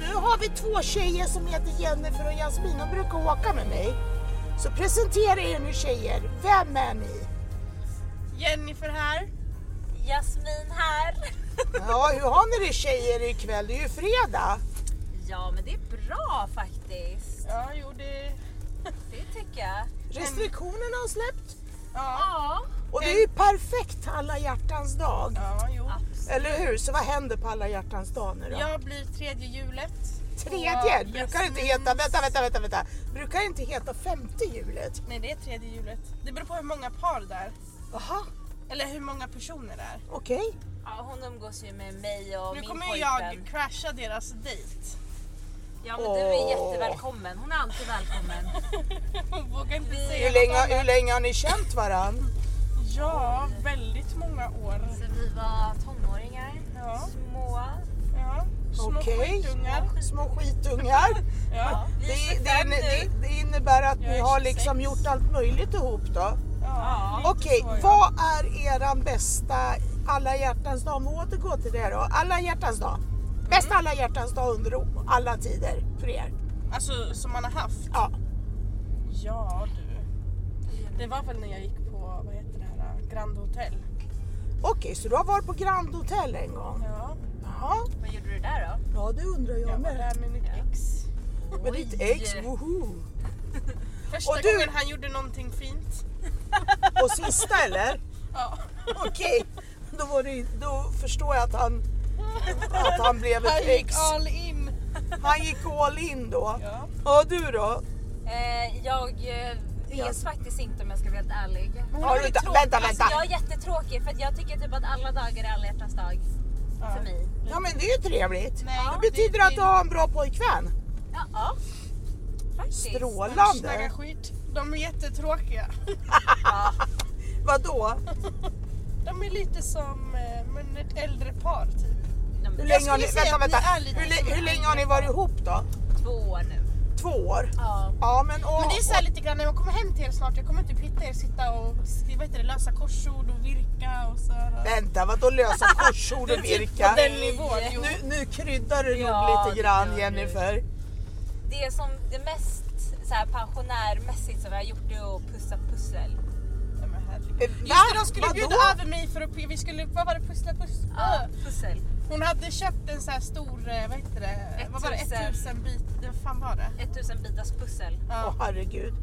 nu har vi två tjejer som heter Jennifer och Jasmin. De brukar åka med mig. Så presentera er nu tjejer. Vem är ni? Jennifer här. Jasmin här. Ja, hur har ni det tjejer ikväll? Det är ju fredag. Ja, men det är bra faktiskt. Ja, jo det... Det tycker jag. Restriktionerna har släppt. Ja, Ja, Och det är ju perfekt alla hjärtans dag. ja jo. absolut. Eller hur? Så vad händer på alla hjärtans dag nu då? Jag blir tredje hjulet. Tredje? Och Brukar det inte Jasmin- heta... Vänta, vänta, vänta, vänta. Brukar det inte heta femte hjulet? Nej, det är tredje hjulet. Det beror på hur många par det är. Jaha, Eller hur många personer det är. okej. Ja, hon umgås ju med mig och Nu min kommer ju pojkvän. jag crasha deras dejt. Ja, men du är Åh. jättevälkommen. Hon är alltid välkommen. Hon vågar inte Vi- säga Hur, något länge, hur annat. länge har ni känt varandra? Ja, väldigt många år. Så vi var tonåringar, Ja. små. Ja. Små Okej. skitungar. Små skitungar. Ja. Det, Vi är 25 det, nu. det, det innebär att Jag ni är har 26. liksom gjort allt möjligt ihop då. Ja. lite Okej, så, ja. vad är eran bästa alla hjärtans dag? Om vi återgår till det då. Alla hjärtans dag. Bästa alla hjärtans dag under o- alla tider för er. Alltså som man har haft. Ja. Ja du. Det var väl när jag gick på, vad heter det här, Grand Hotel. Okej, så du har varit på Grand Hotel en gång? Ja. Jaha. Vad gjorde du där då? Ja, det undrar jag Jag var med. där med mitt Ja. ex. Med ditt Oj. ex, woho! Första Och du- gången han gjorde någonting fint. Och sista eller? Ja. Okej, då, var det, då förstår jag att han, att han blev Han ett gick ex. all in. Han gick all in då. Ja. Ja, du då? Eh, jag eh, vet Ja. faktiskt inte om jag ska vara helt ärlig. Har du inte, vänta, Alltså, vänta. jag är jättetråkig för att jag tycker typ att alla dagar är alla hjärtans dag för mig. Ja, men det är ju trevligt. Nej, Ja, Det betyder att du har en bra pojkvän. Ja, ja. faktiskt. Strålande. Snacka skit. De är jättetråkiga. Ja. Vadå? De är lite som eh, men ett äldre par typ. Nej, Hur men länge har ni, skulle säga vänta, att ni vänta. är lite Hur, lä- som hur länge har ni varit ihop då? Två år nu. Två år? Ja. Ja, men, och, Men det är så här lite grann när man kommer hem till er snart. Jag kommer typ hitta er sitta och skriva, vad heter det, lösa korsord och virka och så. här. Vänta, vadå lösa korsord och virka? På den nivån. Jo. Nu, nu kryddar du Ja, nog lite det grann gör du. Jennifer. Det som det mest så här, pensionärmässigt som jag har gjort det är att pussa pussel. Nej, men herregud. Eh, va? Just det, de skulle Vadå? bjuda över mig för att vi skulle, vad var det, pussla pussla? Ja, pussel. Hon hade köpt en så här stor, eh, vad heter det, vad var det, 1000. 1000 bit, vad fan var det? 1000 bitars pussel. Åh Ja, herregud.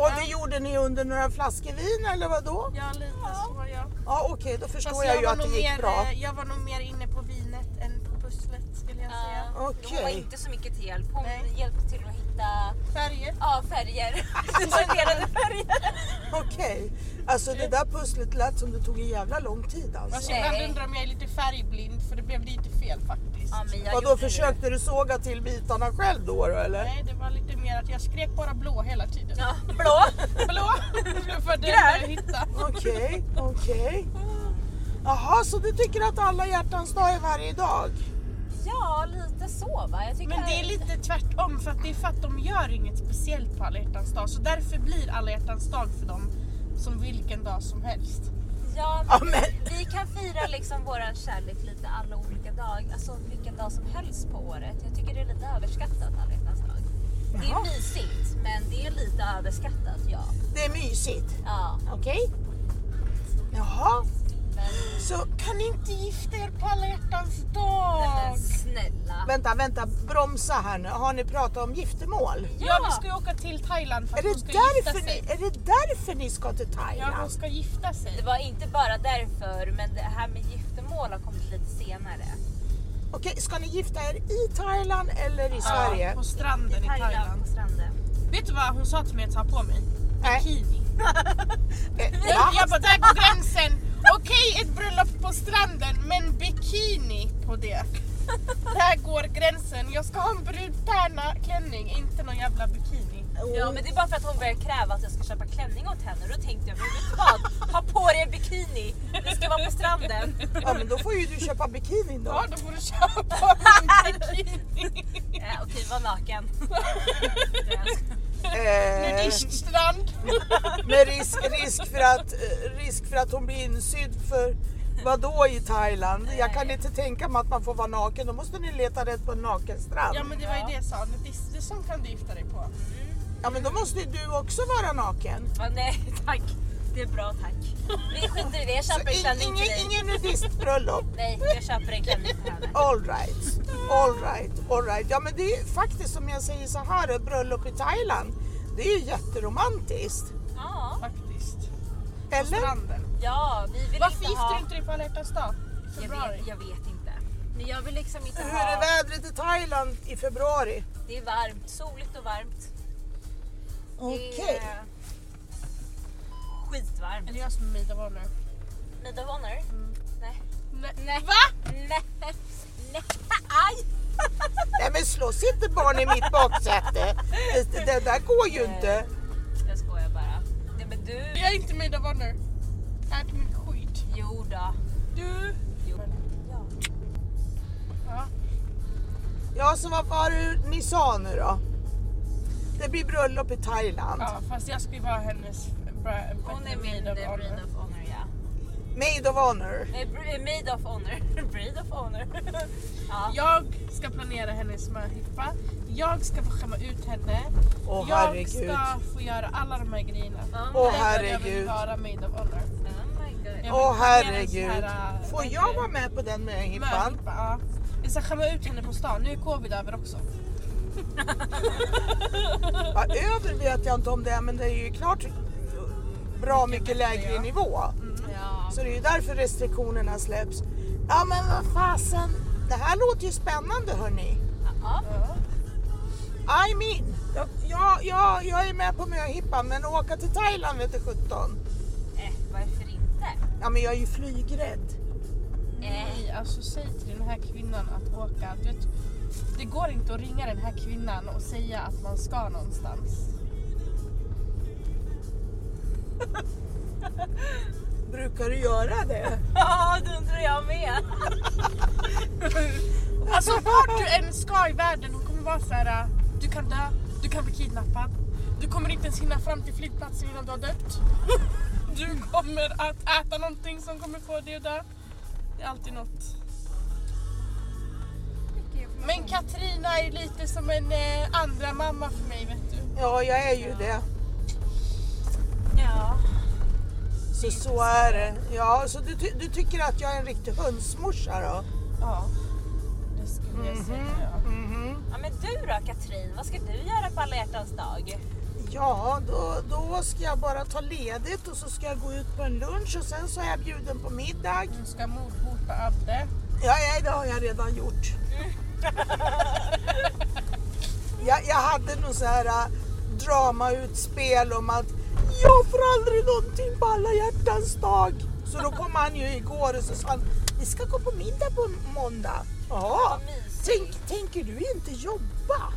Och det gjorde ni under några flaskor vin eller vadå? ja lite så ja. Ja okej, då förstår Fast jag, ju var att det nog gick mer, bra. eh, Jag var nog mer inne på vinet än på pusslet skulle jag säga. Ja. Hon var Okej. inte så mycket till hjälp. Hon Nej. hjälpte till att hitta Färger. ja, färger. Sorterade färger. Okej. Alltså det där pusslet lät som det tog en jävla lång tid Fast alltså. Nej. ibland undrar om jag är lite färgblind för det blev lite fel faktiskt. Ja, men jag Vadå gjorde det. försökte du såga till bitarna själv då, då eller? Nej det var lite mer att jag skrek bara blå hela tiden. Ja, blå. Blå! Det blev för den Grön. jag hittade. Okej, okej. Jaha, så du tycker att alla hjärtans dag är varje dag? Ja, lite så va. Jag tycker Men det är lite tvärtom för att det är för att de gör inget speciellt på alla hjärtans dag så därför blir alla hjärtans dag för dem som vilken dag som helst. Ja, Ja, men... men- Vi kan fira liksom våran kärlek lite alla olika dagar, alltså vilken dag som helst på året. Jag tycker det är lite överskattat alla hjärtans dag. Det Jaha. är mysigt, men det är lite överskattat ja. Det är mysigt. ja. Okej? Jaha, Men, så Kan ni inte gifta er på alla hjärtans dag? nej, men snälla. vänta, vänta, bromsa här nu. Har ni pratat om giftermål? Ja. vi ska ju åka till Thailand för Är att det, hon ska gifta därför sig. ni, är det därför ni ska till Ja, hon Thailand? ska gifta Det sig. var inte bara därför, men det här med giftermål har kommit lite senare. Okej, ska ni gifta er i Thailand eller i Ja, Sverige? på stranden i Thailand. på stranden. Vet du vad hon sa till mig att ta på mig? Nej. Bikini. Eh, Jag, va? jag bara, där går gränsen. Okej, ett bröllop på stranden, men bikini på det. Där går gränsen. Jag ska ha en brudtärna klänning, inte någon jävla bikini. Ja men det är bara för att hon började kräva att jag ska köpa klänning åt henne och då tänkte jag, men vet du vad? Ha på dig en bikini, vi ska vara på stranden. Ja, men då får ju du köpa bikinin då. Ja, då får du köpa min bikini. Eh, okej, var naken. Eh, Nudiststrand. med risk, risk, för att, eh, risk för att hon blir insydd för Vadå i Thailand? Jag kan Nej. inte tänka mig att man får vara naken. Då måste ni leta rätt på en nakenstrand. Ja men det var ju Ja. det jag sa, det, är- det är sånt kan du gifta dig på. Ja men då måste ju du också vara naken. Ja, nej tack. Det är bra tack. Vi skiter i det, jag köper en i- klänning till ingen, ingen dig. nudistbröllop. Nej, jag köper en klänning till henne. All right, all right, all right. Ja men det är ju faktiskt som jag säger så här, ett bröllop i Thailand. Det är ju jätteromantiskt. Ja, Faktiskt. På Eller? stranden. ja vi vill Varför inte gifter ha... du inte dig på alla hjärtans dag? I Jag februari? vet, jag vet inte. Men jag vill liksom inte Hur är ha... vädret i Thailand i februari? Det är varmt, soligt och varmt. Okej. Det är skitvarmt. Är det jag som är Mida Warner? Need of honor? Nej. Nej. Va? Nej. Nej. Aj! Nej men slåss inte barn i mitt baksäte. Det, det där går ju inte. Jag skojar bara. Nej men du. Jag är inte Mida Warner. Jag är inte mitt skit. Jo då. Du? Jo. Ja. Ja så vad var det ni sa nu då? Det blir bröllop i Thailand. ja, fast jag ska ju vara hennes... bra- Hon är min eh, Maid of Maid of honor. Honor. breed of honor ja. Nej, Eh, br- maid of honor. breed of honor. ja. Jag ska planera hennes möhippa. Jag ska få skämma ut henne. Åh jag herregud. ska få göra alla de här grejerna. Åh, Därför Jag vill herregud. vara Maid of Honor. Oh my god. Jag Åh vill planera en herregud. sån här, äh, Får vad jag heter vara med på den det? möhippan? Möhippa, ja. Jag ska skämma ut henne på stan. Nu är covid över också. Ja, över vet jag inte om det är men det är ju klart bra mycket lägre ja. nivå. Mm. Ja. Så det är ju därför restriktionerna släpps. Ja men vad fasen. Det här låter ju spännande hörni. Ja. I'm in. Jag, jag, jag, jag är med på möhippan men åka till Thailand vete sjutton. Eh, varför inte? Ja men jag är ju flygrädd. Eh. Nej, alltså säg till den här kvinnan att åka. Du vet, det går inte att ringa den här kvinnan och säga att man ska någonstans. Brukar du göra det? Ja, det undrar jag med. Alltså vart du än ska i världen, hon kommer vara så här. äh, Du kan dö, du kan bli kidnappad. Du kommer inte ens hinna fram till flygplatsen innan du har dött. Du kommer att äta någonting som kommer få dig att dö. Det är alltid något. Men Katrina är lite som en eh, andra mamma för mig vet du. Ja jag är ju det. Ja. Så så är det. Ja så du, ty- du tycker att jag är en riktig hönsmorsa då? Ja, det skulle jag säga. ja. Mhm. ja. Men du då Katrin, vad ska du göra på alla hjärtans dag? Ja, då, då ska jag bara ta ledigt och så ska jag gå ut på en lunch och sen så är jag bjuden på middag. Du ska mordhota Abbe. Ja, ja det har jag redan gjort. jag, jag hade nog så här äh, dramautspel om att jag får aldrig någonting på alla hjärtans dag. Så då kom han ju igår och så sa han, vi ska gå på middag på måndag. Ja, Vad mysigt. tänk, tänker du inte jobba?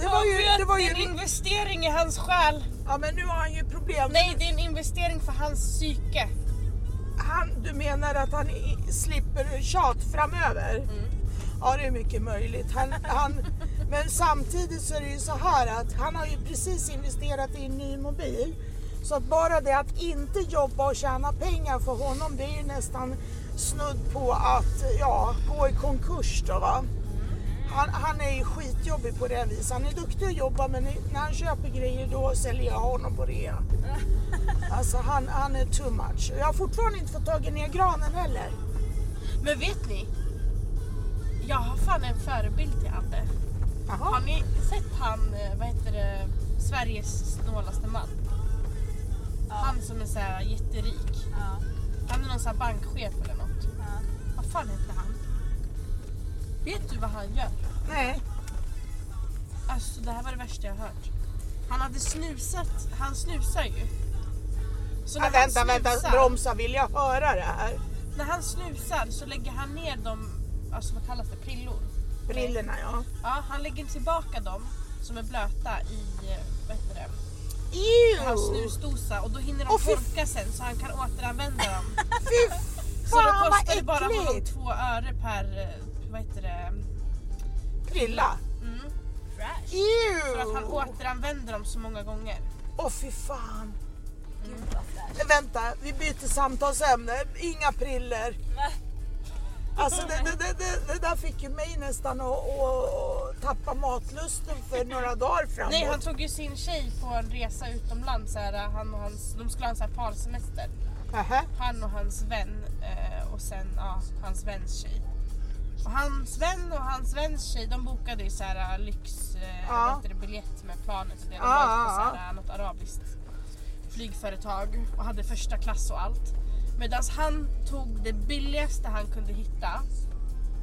Det var ju... Det var är en ju investering i hans själ. ja, men nu har han ju problem. Nej, det är en investering för hans psyke. Han, du menar att han i, slipper tjat framöver? Ja, det är mycket möjligt. Han, han, men samtidigt så är det ju så här att han har ju precis investerat i en ny mobil. Så att bara det att inte jobba och tjäna pengar för honom, det är ju nästan snudd på att ja, gå i konkurs då va. Han, han är ju skitjobbig på det viset. Han är duktig att jobba men när han köper grejer då säljer jag honom på rea. Alltså han, han är too much. Jag har fortfarande inte fått tag i ner granen heller. Men vet ni? Jag har fan en förebild till Abbe. Har Jaha. ni sett han, eh, vad heter det, Sveriges snålaste man? Han som är så här jätterik. Ja. Han är någon sån här bankchef eller något. Ja. Vad fan heter han? Vet du vad han gör? Nej. Alltså det här var det värsta jag har hört. Han hade snusat, han snusar ju. Så Ja, vänta, vänta, snusar- bromsa. Vill jag höra det här? När han snusar så lägger han ner de, alltså vad kallas det, prillor. Brillorna ja. Ja, han lägger tillbaka dem som är blöta i, eh, vad heter det, hans Ew! snusdosa och då hinner de Åh, fy- torka sen så han kan återanvända dem. Fy Så fan då vad kostar det bara honom äckligt! två öre per, eh, vad heter det, Prilla. mm, Fresh. för att han Ew! återanvänder dem så många gånger. Åh fy fan. Gud vad fräscht. Vänta, vi byter samtalsämne. Inga priller. Alltså det, det, det, det, det där fick ju mig nästan att, att, att tappa matlusten för några dagar framåt. Nej han tog ju sin tjej på en resa utomlands, så här, han och hans, de skulle ha en så här parsemester. Aha. Han och hans vän eh, och sen ja, hans väns tjej. Och hans vän och hans väns tjej de bokade ju så här lyx, eh, Ja. vad heter det, biljett med planet och det. De Ja, var ja, på ja. så här, eh, något arabiskt flygföretag och hade första klass och allt. Medan han tog det billigaste han kunde hitta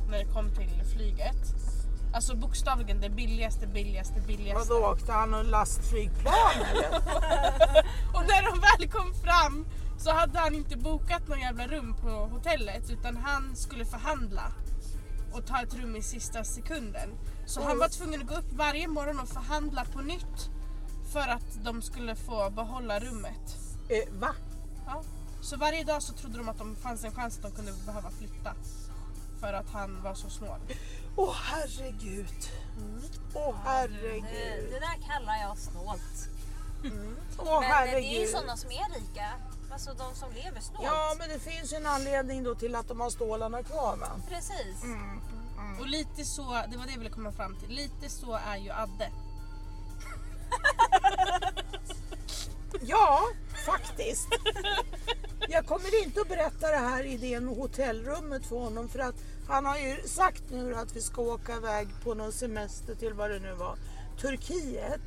när det kom till flyget. Alltså bokstavligen det billigaste, billigaste, billigaste. Vadå, åkte han och lastflygplan eller? Och när de väl kom fram så hade han inte bokat någon jävla rum på hotellet utan han skulle förhandla och ta ett rum i sista sekunden. Så han var tvungen att gå upp varje morgon och förhandla på nytt för att de skulle få behålla rummet. Eh, va? Ja. Så varje dag så trodde de att de fanns en chans att de kunde behöva flytta för att han var så snål. Åh herregud. Åh Det, herregud. eh, det där kallar jag snålt. Åh men eh, det är ju herregud. sådana som är rika. Alltså de som lever snålt. Ja men det finns ju en anledning då till att de har stålarna kvar va? Precis. Mm. Och lite så, det var det jag ville komma fram till, lite så är ju Adde. Ja, faktiskt. Jag kommer inte att berätta det här idén med hotellrummet för honom för att han har ju sagt nu att vi ska åka iväg på någon semester till vad det nu var, Turkiet.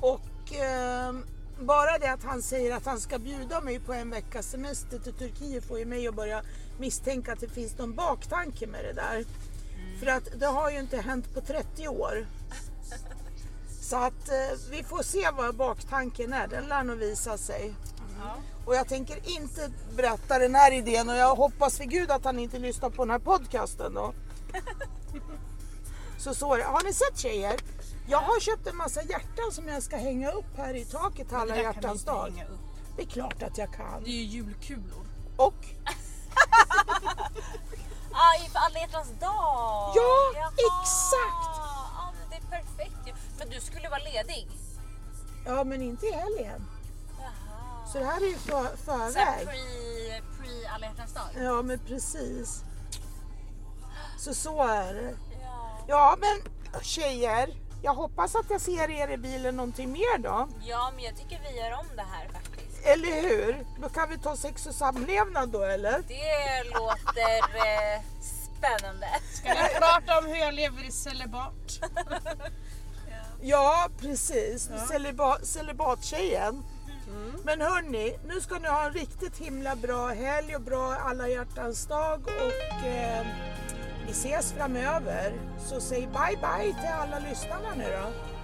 Och ehm, bara det att han säger att han ska bjuda mig på en veckas semester till Turkiet får ju mig att börja misstänka att det finns någon baktanke med det där. För att det har ju inte hänt på 30 år. Så att eh, vi får se vad baktanken är, den lär nog visa sig. Ja. Och jag tänker inte berätta den här idén och jag hoppas vid gud att han inte lyssnar på den här podcasten då. Så så är det. Har ni sett tjejer? Jag har köpt en massa hjärtan som jag ska hänga upp här i taket Det alla där kan man hjärtans inte dag. hänga upp. Det är klart att jag kan. Det är ju julkulor. Och Ah, inför alla hjärtans dag! Ja, exakt. Ja, men det är perfekt ju. Men du skulle vara ledig. ja, men inte i helgen. Jaha. Så det här är ju för, Så här förväg. pre, pre alla hjärtans dag? Ja, men precis. Så så är det. Ja. Ja, men tjejer. Jag hoppas att jag ser er i bilen någonting mer då. ja, men jag tycker vi gör om det här faktiskt. Eller hur? Då kan vi ta sex och samlevnad då eller? Det låter eh, spännande. Ska vi prata om hur jag lever i celibat? Ja, precis. Celiba- celibattjejen. Men hörni, nu ska ni ha en riktigt himla bra helg och bra alla hjärtans dag och eh, vi ses framöver. Så säg bye bye till alla lyssnarna nu då.